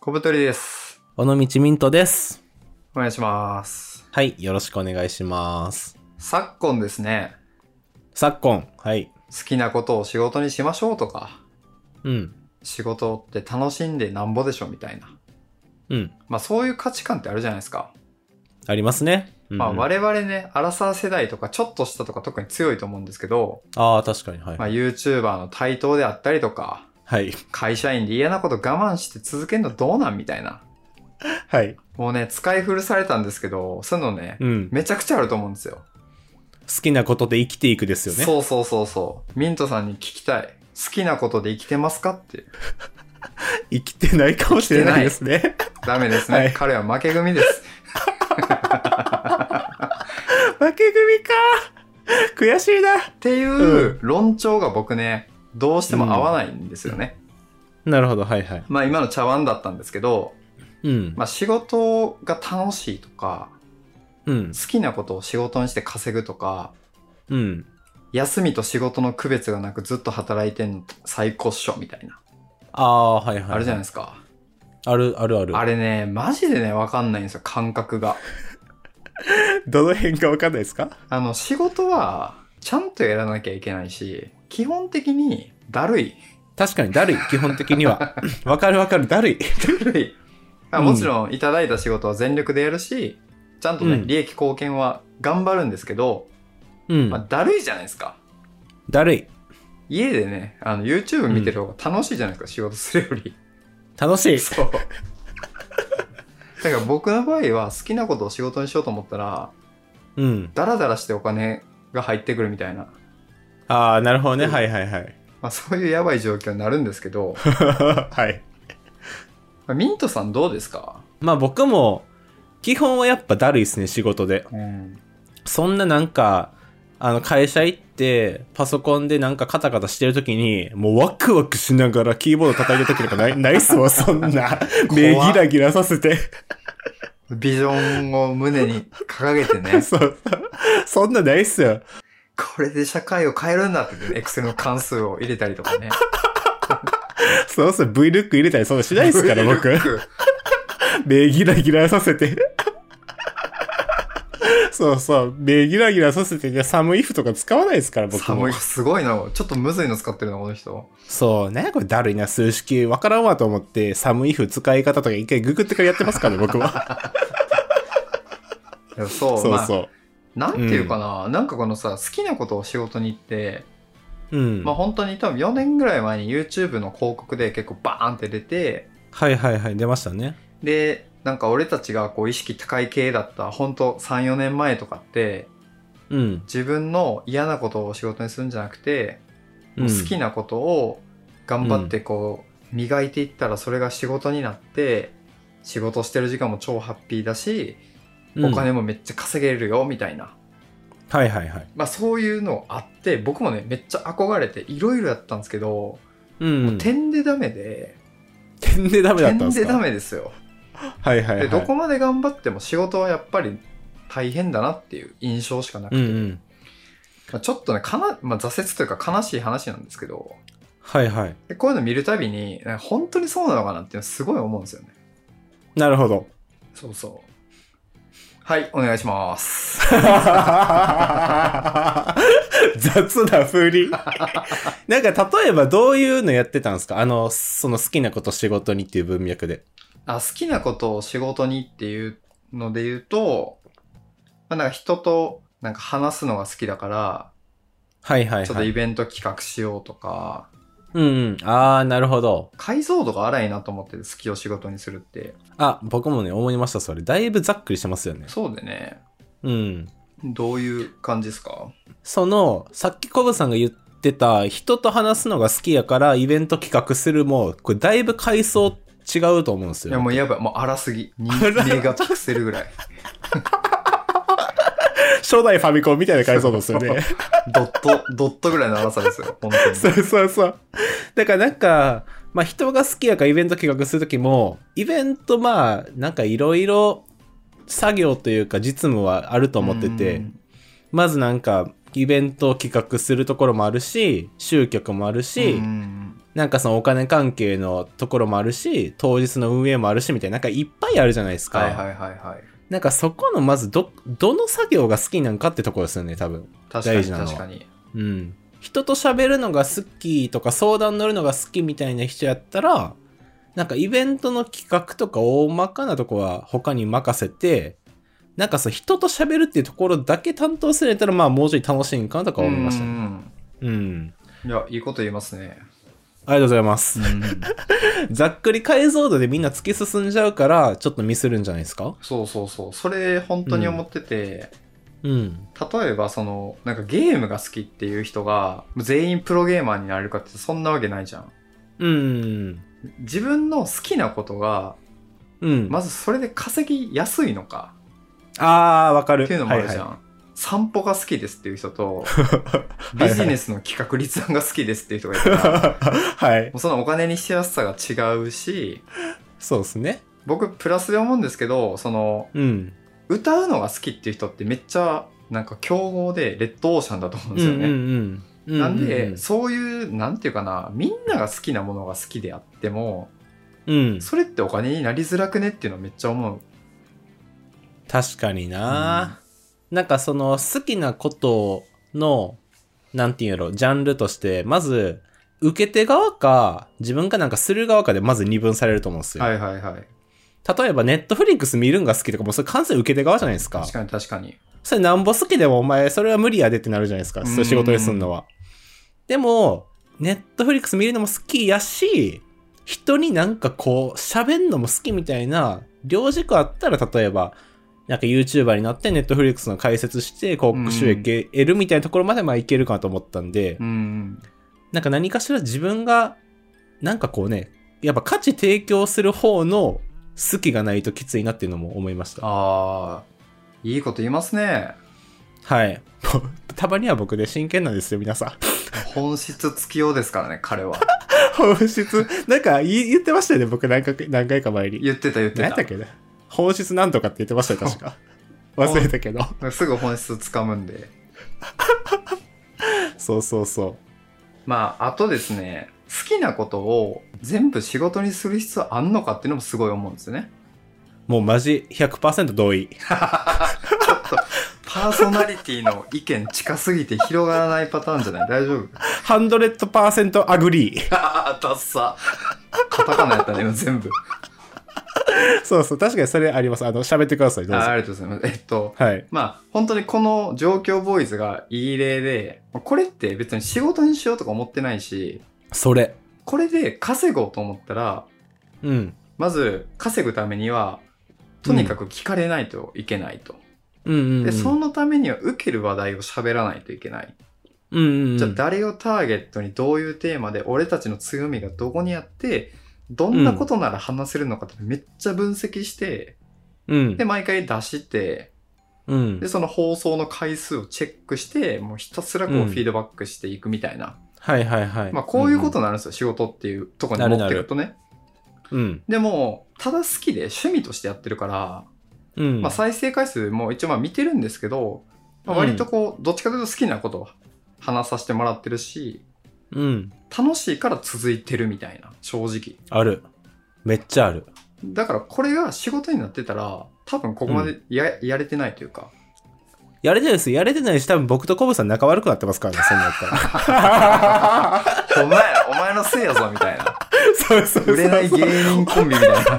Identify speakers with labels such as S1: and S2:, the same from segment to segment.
S1: 小太りです。
S2: 尾道ミントです。
S1: お願いします。
S2: はい、よろしくお願いします。
S1: 昨今ですね、
S2: 昨今、はい。
S1: 好きなことを仕事にしましょうとか、
S2: うん、
S1: 仕事って楽しんでなんぼでしょみたいな。
S2: うん、
S1: まあそういう価値観ってあるじゃないですか。
S2: ありますね。うんうん
S1: まあ我々ね、アラサー世代とかちょっとしたとか特に強いと思うんですけど、
S2: あー、確かに、はい。
S1: まあ YouTuber の台頭であったりとか、
S2: はい。
S1: 会社員で嫌なこと我慢して続けるのどうなんみたいな。
S2: はい。
S1: もうね、使い古されたんですけど、そういうのね、
S2: うん。
S1: めちゃくちゃあると思うんですよ。
S2: 好きなことで生きていくですよね。
S1: そうそうそうそう。ミントさんに聞きたい。好きなことで生きてますかって。
S2: 生きてないかもしれないですね。
S1: ダメですね。
S2: はい
S1: 彼は負け組です。
S2: 負け組か。悔しいな
S1: っ。ていう論調が僕ね、どうしても合わないんですよね。
S2: なるほど、はいはい。
S1: まあ今の茶碗だったんですけど、
S2: うん。
S1: まあ仕事が楽しいとか、
S2: うん。
S1: 好きなことを仕事にして稼ぐとか、
S2: うん。
S1: 休みと仕事の区別がなくずっと働いてんの最高っしょみたいな。
S2: ああー、はいはい。
S1: あるじゃない
S2: い
S1: ですか。
S2: ある、あるある。
S1: あれね、マジでね、わかんないんですよ、感覚が。
S2: どの辺かわかんないですか
S1: あの、仕事は、ちゃんとやらなきゃいけないし、基本的に、だるい。
S2: 確かに、だるい。基本的に は。わかるわかる、だるい。
S1: だるい。あ
S2: うん
S1: もちろん、いただいた仕事は全力でやるし、ちゃんとね、
S2: うん
S1: 利益貢献は頑張るんですけど、
S2: うん。
S1: まあ、だるいじゃないですか。
S2: だるい。
S1: 家でね、あの、YouTube 見てる方が楽しいじゃないですか、仕事するよ り。
S2: 楽しい。
S1: そう。だから僕の場合は、好きなことを仕事にしようと思ったら、
S2: うん。
S1: ダラダラしてお金が入ってくるみたいな、
S2: ああ、なるほどね。はいはいはい。
S1: まあ、そういうやばい状況になるんですけど、
S2: はい。
S1: まあミントさんどうですか
S2: まあ僕も、基本はやっぱだるいですね、仕事で。
S1: うん。
S2: そんななんか、あの、会社行って、パソコンでなんかカタカタしてる時に、もうワクワクしながらキーボード叩いてる時とか ない、ないっすわ、そんな。目ギラギラさせて。、
S1: ビジョンを胸に掲げてね
S2: そう。そんなないっすよ。
S1: これで社会を変えるんだってね、エクセルの関数を入れたりとか ね。
S2: そうそう、V ルック入れたりそんなしないっすから、僕
S1: ル。ック
S2: 目ギラギラさせて。そうそう、目ギラギラさせて、寒い服とか使わないですから、僕も。
S1: 寒い。すごいな。ちょっとむずいの使ってるな、この人。
S2: そう、ねこれだるいな、数式。わからんわと思って、寒い風使い方とか一回ググってからやってますからね、僕は。
S1: いや そう、
S2: そう
S1: まあ、
S2: そ
S1: なんていうかな、なんかこのさ、好きなことを仕事に行って、
S2: う。うん。
S1: まあ本当に多分4年ぐらい前に YouTube の広告で結構バーンって出て、
S2: はいはいはい、出ましたね。
S1: で、なんか俺たちがこう意識高い系だった、本当3、4年前とかって、
S2: うん。
S1: 自分の嫌なことを仕事にするんじゃなくて、
S2: うん
S1: 好きなことを頑張ってこう磨いていったらそれが仕事になって仕事してる時間も超ハッピーだしお金
S2: うん
S1: もめっちゃ稼げるよみたいな、
S2: はいはいはい。
S1: まあそういうのあって僕もねめっちゃ憧れていろいろやったんですけど、
S2: うん。
S1: もう点でダメで
S2: 点でダメだったん
S1: 点
S2: です
S1: で
S2: か
S1: ダメですよ
S2: はいはい、は
S1: で
S2: い。
S1: どこまで頑張っても仕事はやっぱり大変だなっていう印象しかなく
S2: うん
S1: て、
S2: うん。
S1: まあ、ちょっとねかな、まあ、挫折というか悲しい話なんですけど
S2: はいはい。
S1: でこういうの見るたびになんか本当にそうなのかなっていうのすごい思うんですよね
S2: なるほど。
S1: そうそうはいお願いします
S2: 雑な振り。 なんか例えばどういうのやってたんですかあの、その好きなこと仕事にっていう文脈で。
S1: あ好きなことを仕事にっていうので言うと、まあ、なんか人となんか話すのが好きだから
S2: はいはいはい。
S1: ちょっとイベント企画しようとか、
S2: うんうん。あー、なるほど。
S1: 解像度が荒いなと思ってて好きを仕事にするって
S2: あ、僕もね、思いました、それ。だいぶざっくりしてますよね。
S1: そうでね
S2: うん。
S1: どういう感じですか
S2: その、さっきコブさんが言ってた、人と話すのが好きやから、イベント企画するも、これだいぶ階層違うと思うんです
S1: い
S2: よ。
S1: やもうやばいもう荒すぎに
S2: 荒
S1: ネガピクセルぐらい
S2: 初代ファミコンみたいな階層ですよね。
S1: ドットドットぐらいの荒さですよ本当に
S2: そうそうそう。だからなんか、まあ人が好きやからイベント企画するときも、イベントまあ、なんかいろいろ作業というか実務はあると思って
S1: う
S2: て、
S1: ん
S2: まずなんか、イベントを企画するところもあるし、集客もあるし、
S1: うん
S2: なんかそのお金関係のところもあるし、当日の運営もあるしみたいな、なんかいっぱいあるじゃないですか。
S1: はいはいはいはい。
S2: なんかそこのまずど、どの作業が好きなんかってところですよね、多分。
S1: 確か
S2: 大
S1: に
S2: 事なのは
S1: 確かに。
S2: うん。人と喋るのが好きとか相談乗るのが好きみたいな人やったら、なんかイベントの企画とか大まかなとこは他に任せて、なんかそう人と喋るっていうところだけ担当すれたらまあもうちょい楽しいんかなとか思いました
S1: う
S2: ね。
S1: ん
S2: うん。
S1: いや、いいこと言いますね。
S2: ありがとうございます。ざっくり解像度でみんな突き進んじゃうから、ちょっとミスるんじゃないですか
S1: そうそうそう。それ本当に思ってて、
S2: うん。
S1: 例えばその、なんかゲームが好きっていう人が全員プロゲーマーになれるかってそんなわけないじゃん。
S2: うん。
S1: 自分の好きなことが、
S2: うん。
S1: まずそれで稼ぎやすいのか
S2: あー、わかる。
S1: っていうのもあるじゃん。
S2: はいは
S1: 散歩が好きですっていう人と、ビジネスの企画立案が好きですっていう人がいた ら、も
S2: い。はい。
S1: うそのお金にしやすさが違うし、
S2: そうですね。
S1: 僕プラスで思うんですけど、その、
S2: うん。
S1: 歌うのが好きっていう人ってめっちゃなんか強豪でレッドオーシャンだと思うんですよね。
S2: うんうんうん、
S1: なんで、
S2: う
S1: そういうなんていうかなみんなが好きなものが好きであっても
S2: うん、
S1: それってお金になりづらくねっていうのはめっちゃ思う。
S2: 確かにな、なんかその好きなことのなんていうんやろジャンルとしてまず受け手側か自分がなんかする側かでまず二分されると思うんですよ、
S1: はいはいはい。
S2: 例えばネットフリックス見るんが好きとかもうそれ完全に受け手側じゃないですか
S1: 確かに確かに。
S2: それなんぼ好きでもお前それは無理やでってなるじゃないですか
S1: ん
S2: そういう仕事にすんのはでもネットフリックス見るのも好きやし人になんかこう喋んのも好きみたいな両軸あったら例えばなんか YouTuber になってネットフリックスの解説して広告収益得るみたいなところまでまあいけるかなと思ったんで、
S1: うん
S2: なんか何かしら自分がなんかこうねやっぱ価値提供する方の好きがないときついなっていうのも思いました
S1: ああいいこと言いますね。
S2: はい。たまには僕で真剣なんですよ、皆さん。
S1: 本質つきようですからね彼 は。
S2: 本質、なんか言い言ってましたよね、僕何回何回か前に。
S1: 言ってた言って
S2: 何やった
S1: た
S2: っ。けね。本質なんとかって言ってましたよ、確か。忘れたけど。
S1: すぐ本質つかむんで。
S2: そうそうそ
S1: まああとですね好きなことを全部仕事にする必要あんのかっていうのもすごい思うんですよね。
S2: う。もうマジ100%同意。
S1: パーソナリティの意見近すぎて広がらないパターンじゃない大丈夫
S2: 100%アグリー。
S1: ああ、ダッサ。カタカナやったね、今全部。
S2: そうそう、確かにそれあります。あの、喋ってください、どうぞ
S1: あ。ありがとうございます。えっと、
S2: はい。
S1: まあ、本当にこの状況ボーイズがいい例で、これって別に仕事にしようとか思ってないし、
S2: それ。
S1: これで稼ごうと思ったら、
S2: うん。
S1: まず稼ぐためには、とにかく聞かれないといけないと。
S2: うんうん、うん。
S1: で、そのためには受ける話題を喋らないといけない。
S2: うんうんうん。
S1: じゃあ誰をターゲットにどういうテーマで俺たちの強みがどこにあってどんなことなら話せるのかってめっちゃ分析して、
S2: うん
S1: で。毎回出して
S2: うん
S1: で。その放送の回数をチェックしてもうひたすらこう
S2: うん
S1: フィードバックしていくみたいな、
S2: はいはいはい。
S1: まあこういうことになるんですよ、仕事っていうところに持ってくるとね
S2: うんうん。
S1: でもただ好きで趣味としてやってるから、
S2: うん。うん。
S1: まあ、再生回数も一応まあ見てるんですけど、まあ割とこうどっちかというと好きなことを話させてもらってるし、
S2: うん。
S1: 楽しいから続いてるみたいな正直
S2: ある。めっちゃある。
S1: だからこれが仕事になってたら多分ここまでや,、やれてないというか
S2: やれてないです。やれてないし、多分僕とコブさん仲悪くなってますからね、そんなんやったら。
S1: お前お前のせいやぞみたいな
S2: そうそうそう。
S1: 売れない芸人コンビみたい な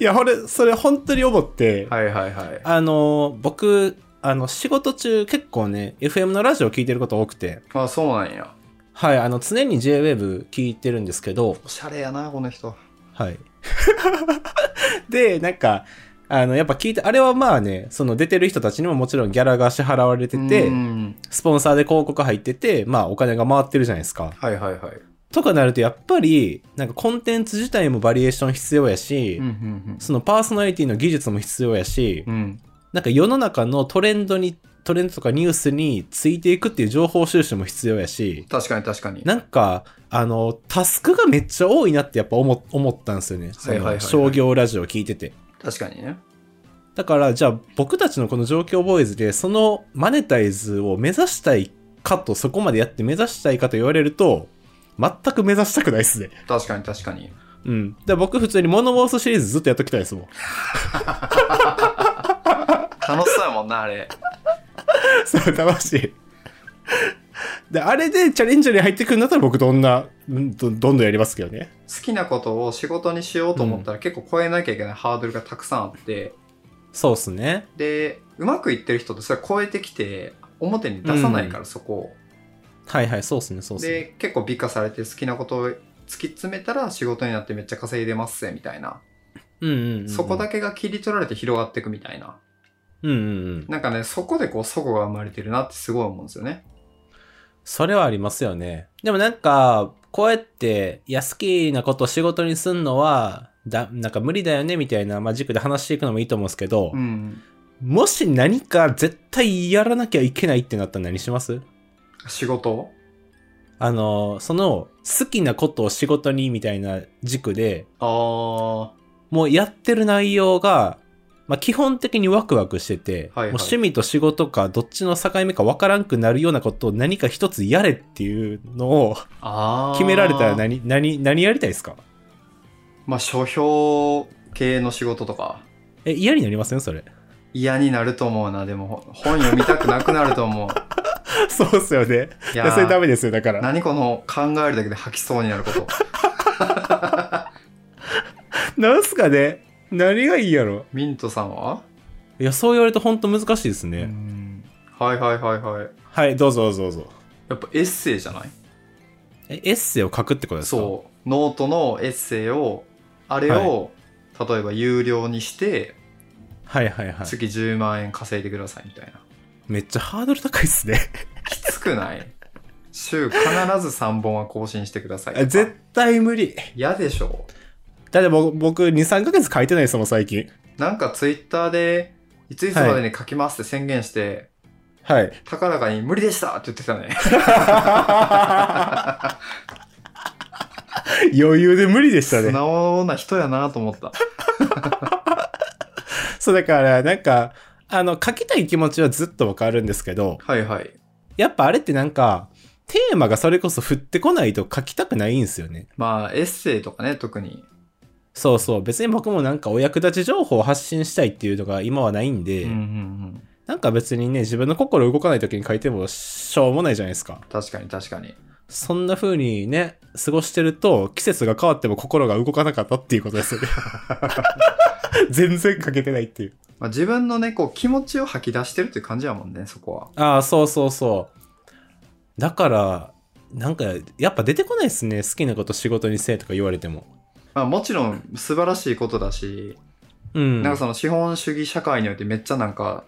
S2: いや、俺、それ本当に思って、
S1: はいはいはい
S2: あのー、僕、あの、仕事中結構ね、FM のラジオ聞いてること多くて、
S1: まあそうなんや
S2: はい、あの、常に JWAVE 聞いてるんですけど、
S1: おしゃれやなこの人
S2: はい。 で、なんか、あの、やっぱ聞いて、あれはまあね、その出てる人たちにももちろんギャラが支払われてて
S1: う、ん
S2: スポンサーで広告入ってて、まあお金が回ってるじゃないですか。
S1: はいはいはい
S2: とかなるとやっぱりなんかコンテンツ自体もバリエーション必要やし、
S1: うんうん
S2: そのパーソナリティの技術も必要やし、
S1: うんうん
S2: なんか世の中のトレンドにトレンドとかニュースについていくっていう情報収集も必要やし
S1: 確かに確かに
S2: なんかあのタスクがめっちゃ多いなってやっぱ思思ったんですよねそ
S1: はいはいはいは
S2: の
S1: い
S2: 商業ラジオ聞いてて。
S1: 確かにね
S2: だからじゃあ僕たちのこの状況ボーイズでそのマネタイズを目指したいかとそこまでやって目指したいかと言われると、全く目指したくないっすね。
S1: 確かに確かに。
S2: うん。で僕普通にモノボースシリーズずっとやっときたいですもん。
S1: 楽しそうやもんな、あれ。
S2: そう、楽しい。で、あれでチャレンジャーに入ってくるんだったら僕どんな、うんどどんどんやりますけどね。
S1: 好きなことを仕事にしようと思ったら結構超えなきゃいけないハードルがたくさんあって、
S2: そうっすね。
S1: で、うまくいってる人ってそれ超えてきて、表に出さないから、
S2: う
S1: そこ
S2: はいはい、そうっすね、そ
S1: を。
S2: うっすね。
S1: で、結構美化されて好きなことを突き詰めたら仕事になってめっちゃ稼いでますぜ、みたいな。
S2: うんうん、うん。
S1: そこだ
S2: け。
S1: けが切り取られて広がっていくみたいな。
S2: うんうんうん。
S1: なんかね、そこでこう、祖母が生まれてるなってすごい思うんですよね。
S2: それはありますよね。でもなんか、こうやって、いや、好きなことを仕事にすんのは、だ、なんか無理だよね、みたいな、まあ、軸で話していくのもいいと思うんですけど、
S1: うん。
S2: もし何か絶対やらなきゃいけないってなったら何します
S1: 仕事
S2: あの、その、好きなことを仕事に、みたいな軸で、
S1: あ
S2: もうやってる内容が、まあ、基本的にワクワクしてて、
S1: はいはい
S2: もう趣味と仕事かどっちの境目か分からんくなるようなことを何か一つやれっていうのを
S1: あ。ああ。
S2: 決められたら何、何、何やりたいですか
S1: まあ、書評系の仕事とか。
S2: え、嫌になりませんそれ。
S1: 嫌になると思うな、でも。本読みたくなくなると思う。
S2: そうっすよね。
S1: い
S2: い
S1: や
S2: や、それダ
S1: ー、
S2: メですよ、だから。
S1: 何この考えるだけで吐きそうになること。
S2: なんすかね何がいいやろ
S1: ミントさんはい
S2: や、そう言われると本当難しいです
S1: う
S2: ね。
S1: ん。はいはいはいはい。
S2: はい、どうぞどうぞどうぞ。
S1: やっぱエッセイじゃない
S2: え、エッセイを書くってことですか
S1: そう。ノートのエッセイを、あれを、例えば有料にして、
S2: はいはいはい。
S1: 月10万円稼いでくださいみたいな。
S2: めっちゃハードル高いっすね。
S1: きつくない週必ず3本は更新してくださいとか。
S2: 絶対無理。
S1: 嫌でしょ
S2: だって僕、僕2、3ヶ月書いてないですもん、最近。
S1: なんかツイッターで、いついつまでに書きますって宣言して、
S2: はい。
S1: 高らかに無理でしたって言ってたね。
S2: 余裕で無理でした
S1: 素
S2: ね。
S1: 直な人やなと思った。
S2: そう、だから、なんか、あの、書きたい気持ちはずっとわかるんですけど、
S1: はいはい。
S2: やっぱあれってなんか、テーマがそれこそ振ってこないと書きたくないんですよね。
S1: まあ、エッセイとかね、特に。
S2: そうそう。別に僕もなんかお役立ち情報を発信したいっていうのが今はないんで、
S1: うんうんうん。
S2: なんか別にね、自分の心動かない時に書いてもしょうもないじゃないですか。
S1: 確かに確かに。
S2: そんな風にね、過ごしてると、季節が変わっても心が動かなかったっていうこと ですよね。全然書けてないっていう。
S1: まあ、自分のね、こう、気持ちを吐き出してるっていう感じやもんね、そこは。
S2: ああ、そうそうそう。だから、なんか、やっぱ出てこないですね。好きなこと仕事にせえとか言われても。
S1: まあ、もちろん、素晴らしいことだし、
S2: うん。
S1: なんかその資本主義社会においてめっちゃなんか、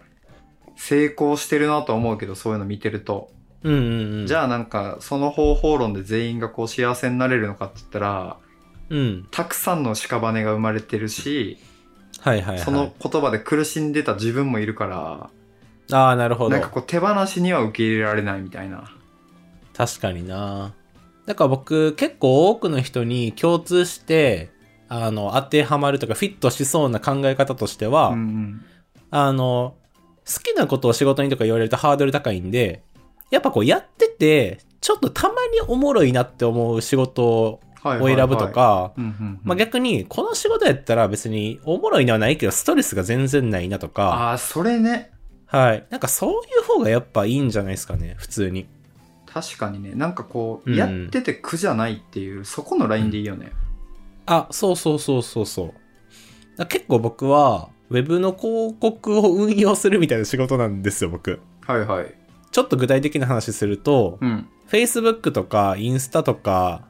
S1: 成功してるなとは思うけど、そういうの見てると。
S2: うんうんうん。
S1: じゃあなんか、その方法論で全員がこう、幸せになれるのかって言ったら、
S2: うん。
S1: たくさんの屍が生まれてるし、
S2: はいはいはい。
S1: その言葉で苦しんでた自分もいるから、
S2: ああ、なるほ
S1: な
S2: ど
S1: んか。こう手放しには受け入れられないみたいな。
S2: 確かにな。だから僕、結構多くの人に共通して、あの、当てはまるとか、フィットしそうな考え方としては、
S1: うんうん、
S2: あの、好きなことを仕事にとか言われるとハードル高いんで、やっぱこうやってて、ちょっとたまにおもろいなって思う仕事を
S1: はいはいはい
S2: 選ぶとか、、
S1: うんうんうん
S2: まあ、逆に、この仕事やったら別におもろいのはないけど、ストレスが全然ないなとか、
S1: ああ、それね。
S2: はい。なんかそういう方がやっぱいいんじゃないですかね、普通に。
S1: 確かにね。なんかこう、
S2: うん
S1: やってて苦じゃないっていう、そこのラインでいいよね。
S2: あ、そうそうそうそうそう。だから結構僕は、ウェブの広告を運用するみたいな仕事なんですよ、僕。
S1: はいはい。
S2: ちょっと具体的な話すると、
S1: うん。
S2: Facebook とかインスタとか、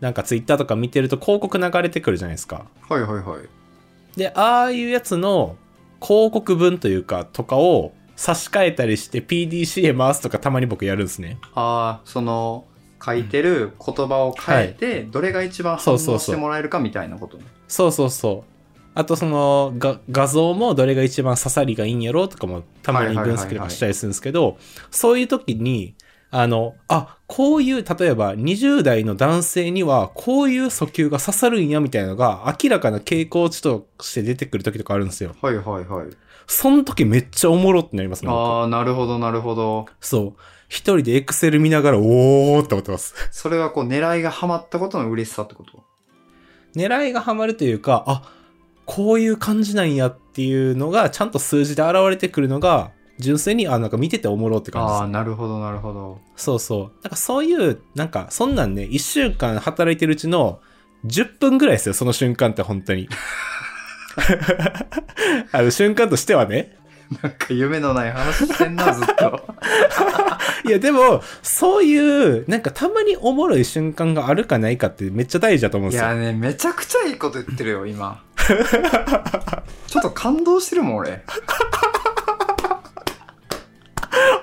S2: なんか Twitter とか見てると広告流れてくるじゃないですか。
S1: はいはいはい。
S2: で、ああいうやつの広告文というか、とかを差し替えたりして PDCA 回すとかたまに僕やるんですね。
S1: ああ、その、書いてる言葉を変えて、どれが一番反
S2: そう
S1: 応
S2: そう
S1: し
S2: そう
S1: てもらえるかみたいなことね。
S2: そうそうそう。あとそのが画像もどれが一番刺さりがいいんやろとかもたまに分析とかしたりするんですけど、そういう時に、あの、あ、こういう、例えば20代の男性にはこういう訴求が刺さるんやみたいなのが明らかな傾向値として出てくる時とかあるんですよ。
S1: はいはいはい。
S2: その時めっちゃおもろってなりますね。僕
S1: ああ、なるほどなるほど。
S2: そう。一人でエクセル見ながら、おーって思ってます。
S1: それはこう狙いがハマったことの嬉しさってこと
S2: 狙いがハマるというか、あ、こういう感じなんやっていうのが、ちゃんと数字で現れてくるのが、純粋に、あ、なんか見てておもろって感じで
S1: あ
S2: す
S1: あー、なるほど、なるほど。
S2: そうそう。なんかそういう、なんか、そんなんね、一週間働いてるうちの、10分ぐらいですよ、その瞬間って本当 に。あの瞬間としてはね。
S1: なんか夢のない話してんな、ずっ と。
S2: いや、でも、そういう、なんかたまにおもろい瞬間があるかないかってめっちゃ大事だと思うん
S1: い
S2: ですよ。
S1: やね、めちゃくちゃいいこと言ってるよ、 今。ちょっと感動してるもん、俺。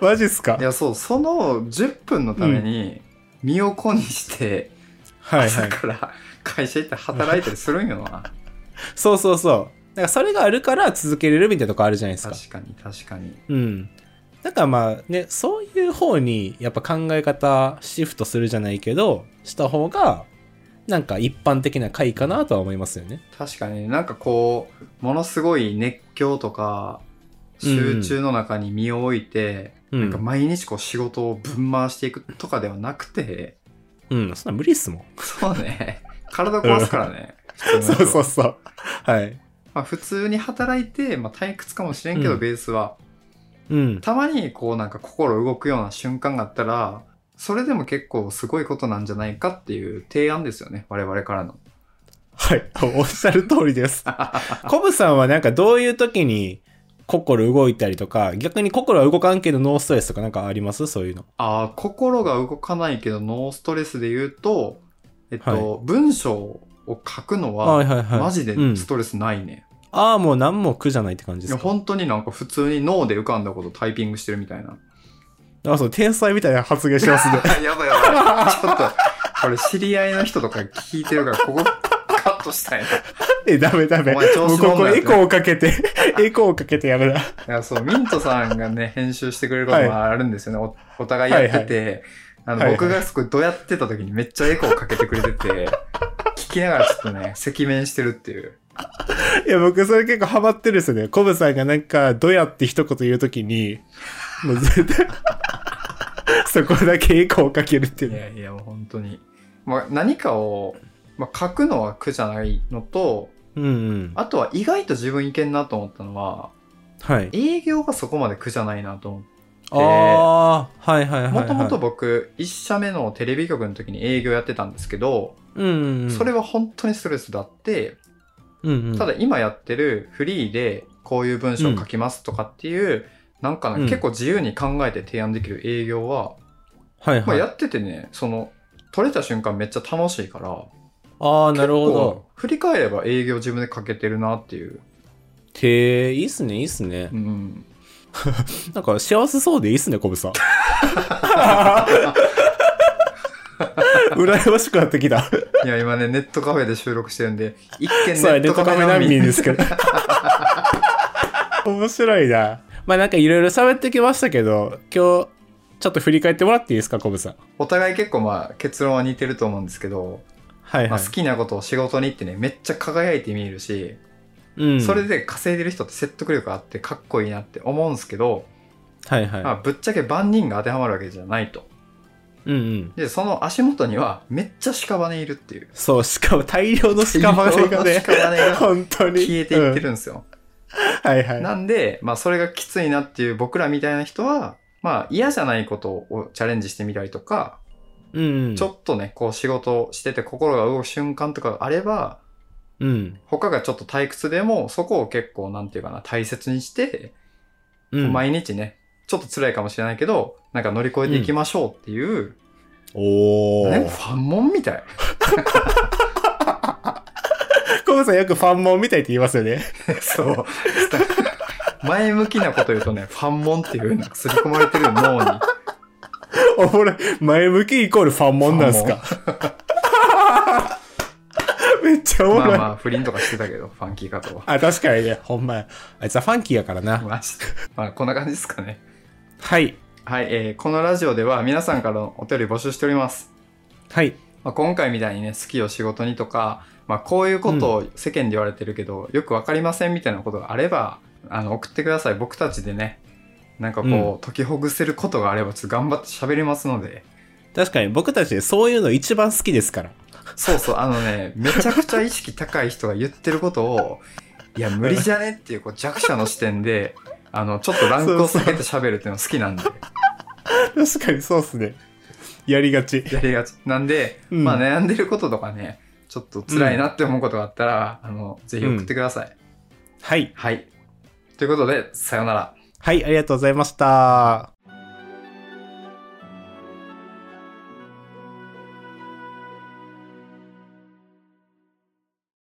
S2: マジっすか
S1: いや、そう、その10分のために、身を粉にして、
S2: はいは
S1: 朝
S2: い。
S1: から会社行って働いたりするんよ な。
S2: そうそうそう。なんかそれがあるから続けれるみたいなとこあるじゃないですか。
S1: 確かに、確かに。
S2: うん。なんかまあね、そういう方にやっぱ考え方シフトするじゃないけど、した方が、なんか一般的な回かなとは思いますよね。
S1: 確かになんかこう、ものすごい熱狂とか、集中の中に身を置いて、
S2: う
S1: なん
S2: ん。
S1: か毎日こう仕事をぶん回していくとかではなくて、
S2: うん。そんな無理っすもん。
S1: そう ね。体壊すからね。普通の
S2: そう
S1: 人
S2: そうそう。はい。
S1: まあ、普通に働いて、まあ、退屈かもしれんけど、
S2: うん
S1: ベースは。
S2: うん。
S1: たまに、こう、なんか心動くような瞬間があったら、それでも結構すごいことなんじゃないかっていう提案ですよね。我々からの。
S2: はい。おっしゃる通り です。コブさんはなんかどういう時に心動いたりとか、逆に心は動かんけどノーストレスとかなんかありますそういうの。
S1: ああ、心が動かないけど、ノーストレスで言うと、えっと、
S2: は
S1: 文章を書くのは、
S2: はいはいはい。
S1: マジで
S2: うん
S1: ストレスないね。
S2: ああ、もう何も苦じゃないって感じ
S1: い
S2: で
S1: や
S2: すか。
S1: 本当になんか普通に脳で浮かんだことタイピングしてるみたい な。
S2: あ、そう、天才みたいな発言して ますね。
S1: やばいやばい。ちょっと、これ知り合いの人とか聞いてるから、ここカットしたいな。
S2: え、ダメダメ。
S1: お前調
S2: も
S1: 子
S2: う
S1: 乗
S2: こ
S1: んなよ
S2: こエコーをかけて、 エコーをかけてやめな。
S1: いや、そう、ミントさんが ね、編集してくれることもあるんですよね。おお互いやってて、あの、
S2: はいはい
S1: 僕がすごいどうやってた時にめっちゃエコーかけてくれてて、 聞きながらちょっとね、赤面してるっていう。
S2: いや、僕それ結構ハマってるんですよね。コブさんがなんか、どやって一言言うときに、もう絶対、 そこだけエコーをかけるってい。
S1: いうやいや、もう本当に。まあ、何かを、まあ、書くのは苦じゃないのと、
S2: うんうん。
S1: あとは意外と自分いけんなと思ったのは、
S2: はい。
S1: 営業がそこまで苦じゃないなと思って
S2: ああー、はいはいはい、は
S1: も
S2: い。
S1: ともと、僕、一社目のテレビ局の時に営業やってたんですけど、
S2: うんうんうん、
S1: それは本当にストレスだって、
S2: うんうん、
S1: ただ今やってるフリーでこういう文章を書きますとかっていう、なんかね、
S2: うん
S1: 結構自由に考えて提案できる営業は、
S2: はい
S1: ま
S2: は
S1: あ、
S2: い。
S1: や
S2: あ
S1: っててね、その、取れた瞬間めっちゃ楽しいから、
S2: あー、なるほど
S1: こ。う振り返れば営業自分で書けてるなっていう。
S2: へえ、いいっすね、いいっすね
S1: う。ん。
S2: なんか幸せそうでいいっすね、コブさん。羨ましくなってきた。
S1: いや、今ね、ネットカフェで収録してるんで、一見
S2: そうや、
S1: ネ
S2: ネ
S1: ッ
S2: ッ
S1: トカ
S2: ト
S1: フ
S2: カフ
S1: ェ
S2: ェ
S1: 難
S2: 難
S1: 民
S2: 民です けど。面白いな。まあなんかいろいろ喋ってきましたけど、今日、ちょっと振り返ってもらっていいですか、コブさん。
S1: お互い結構まあ結論は似てると思うんですけど、
S2: はい
S1: ま
S2: は
S1: あ、
S2: い
S1: 好。きなことを仕事にってねめっちゃ輝いて見えるし、
S2: うん。
S1: それで稼いでる人って説得力あってかっこいいなって思うんですけど、
S2: はいはい。
S1: まあ、ぶっちゃけ万人が当てはまるわけじゃないと
S2: うんうん。
S1: でその足元にはめっちゃ屍いるっていう
S2: そう、しかも大量の屍が ね、
S1: 屍 が
S2: 本当に。
S1: 消えていってるんですよ、
S2: うん。はいはい。
S1: なんで、まあ、それがきついなっていう僕らみたいな人はまあ嫌じゃないことをチャレンジしてみたりとか、
S2: うんうん。
S1: ちょっとねこう仕事をしてて心が動く瞬間とかがあれば
S2: うん。
S1: 他がちょっと退屈でも、そこを結構、なんていうかな、大切にして、
S2: うん。
S1: 毎日ね、ちょっと辛いかもしれないけど、なんか乗り越えていきましょうっていう、
S2: お
S1: ね、フ
S2: ー。
S1: ァンモンみたい。
S2: コブさんよくファンモンみたいって言いますよね。
S1: そう。前向きなこと言うとね、ファンモンっていう、なんか刷り込まれてる脳に。
S2: おもろい。前向きイコールファンモンなんすか。 めっちゃおも
S1: まあ
S2: ろい。
S1: まあ、不倫とかしてたけど、ファンキーかとは。
S2: あ、確かにね、ほんまや。あいつはファンキーやからな。
S1: まあ、ちょっとまあこんな感じですかね。
S2: はい。
S1: はい、えーこのラジオでは皆さんからのお便り募集しております。
S2: はい。
S1: まあ、今回みたいにね好きを仕事にとか、まあ、こういうことを世間で言われてるけど、よくわかりませんみたいなことがあればあの送ってください僕たちでねなんかこう、
S2: う
S1: 解きほぐせることがあれば、ちょっと頑張って喋りますので。
S2: 確かに僕たちそういうの一番好きですから。
S1: そうそう、あのね、めちゃくちゃ意識高い人が言ってることを、いや、無理じゃねっていうこう弱者の視点で、あの、ちょっとランクを下げて喋るっていうの好きなんで、
S2: 確かにそうっすね。やりがち。
S1: やりがち。なんで、
S2: うん
S1: まあ悩んでることとかね、ちょっと辛いなって思うことがあったら、あの、ぜひ送ってください。
S2: はい。
S1: はい。ということで、さようなら。
S2: はい、ありがとうございました。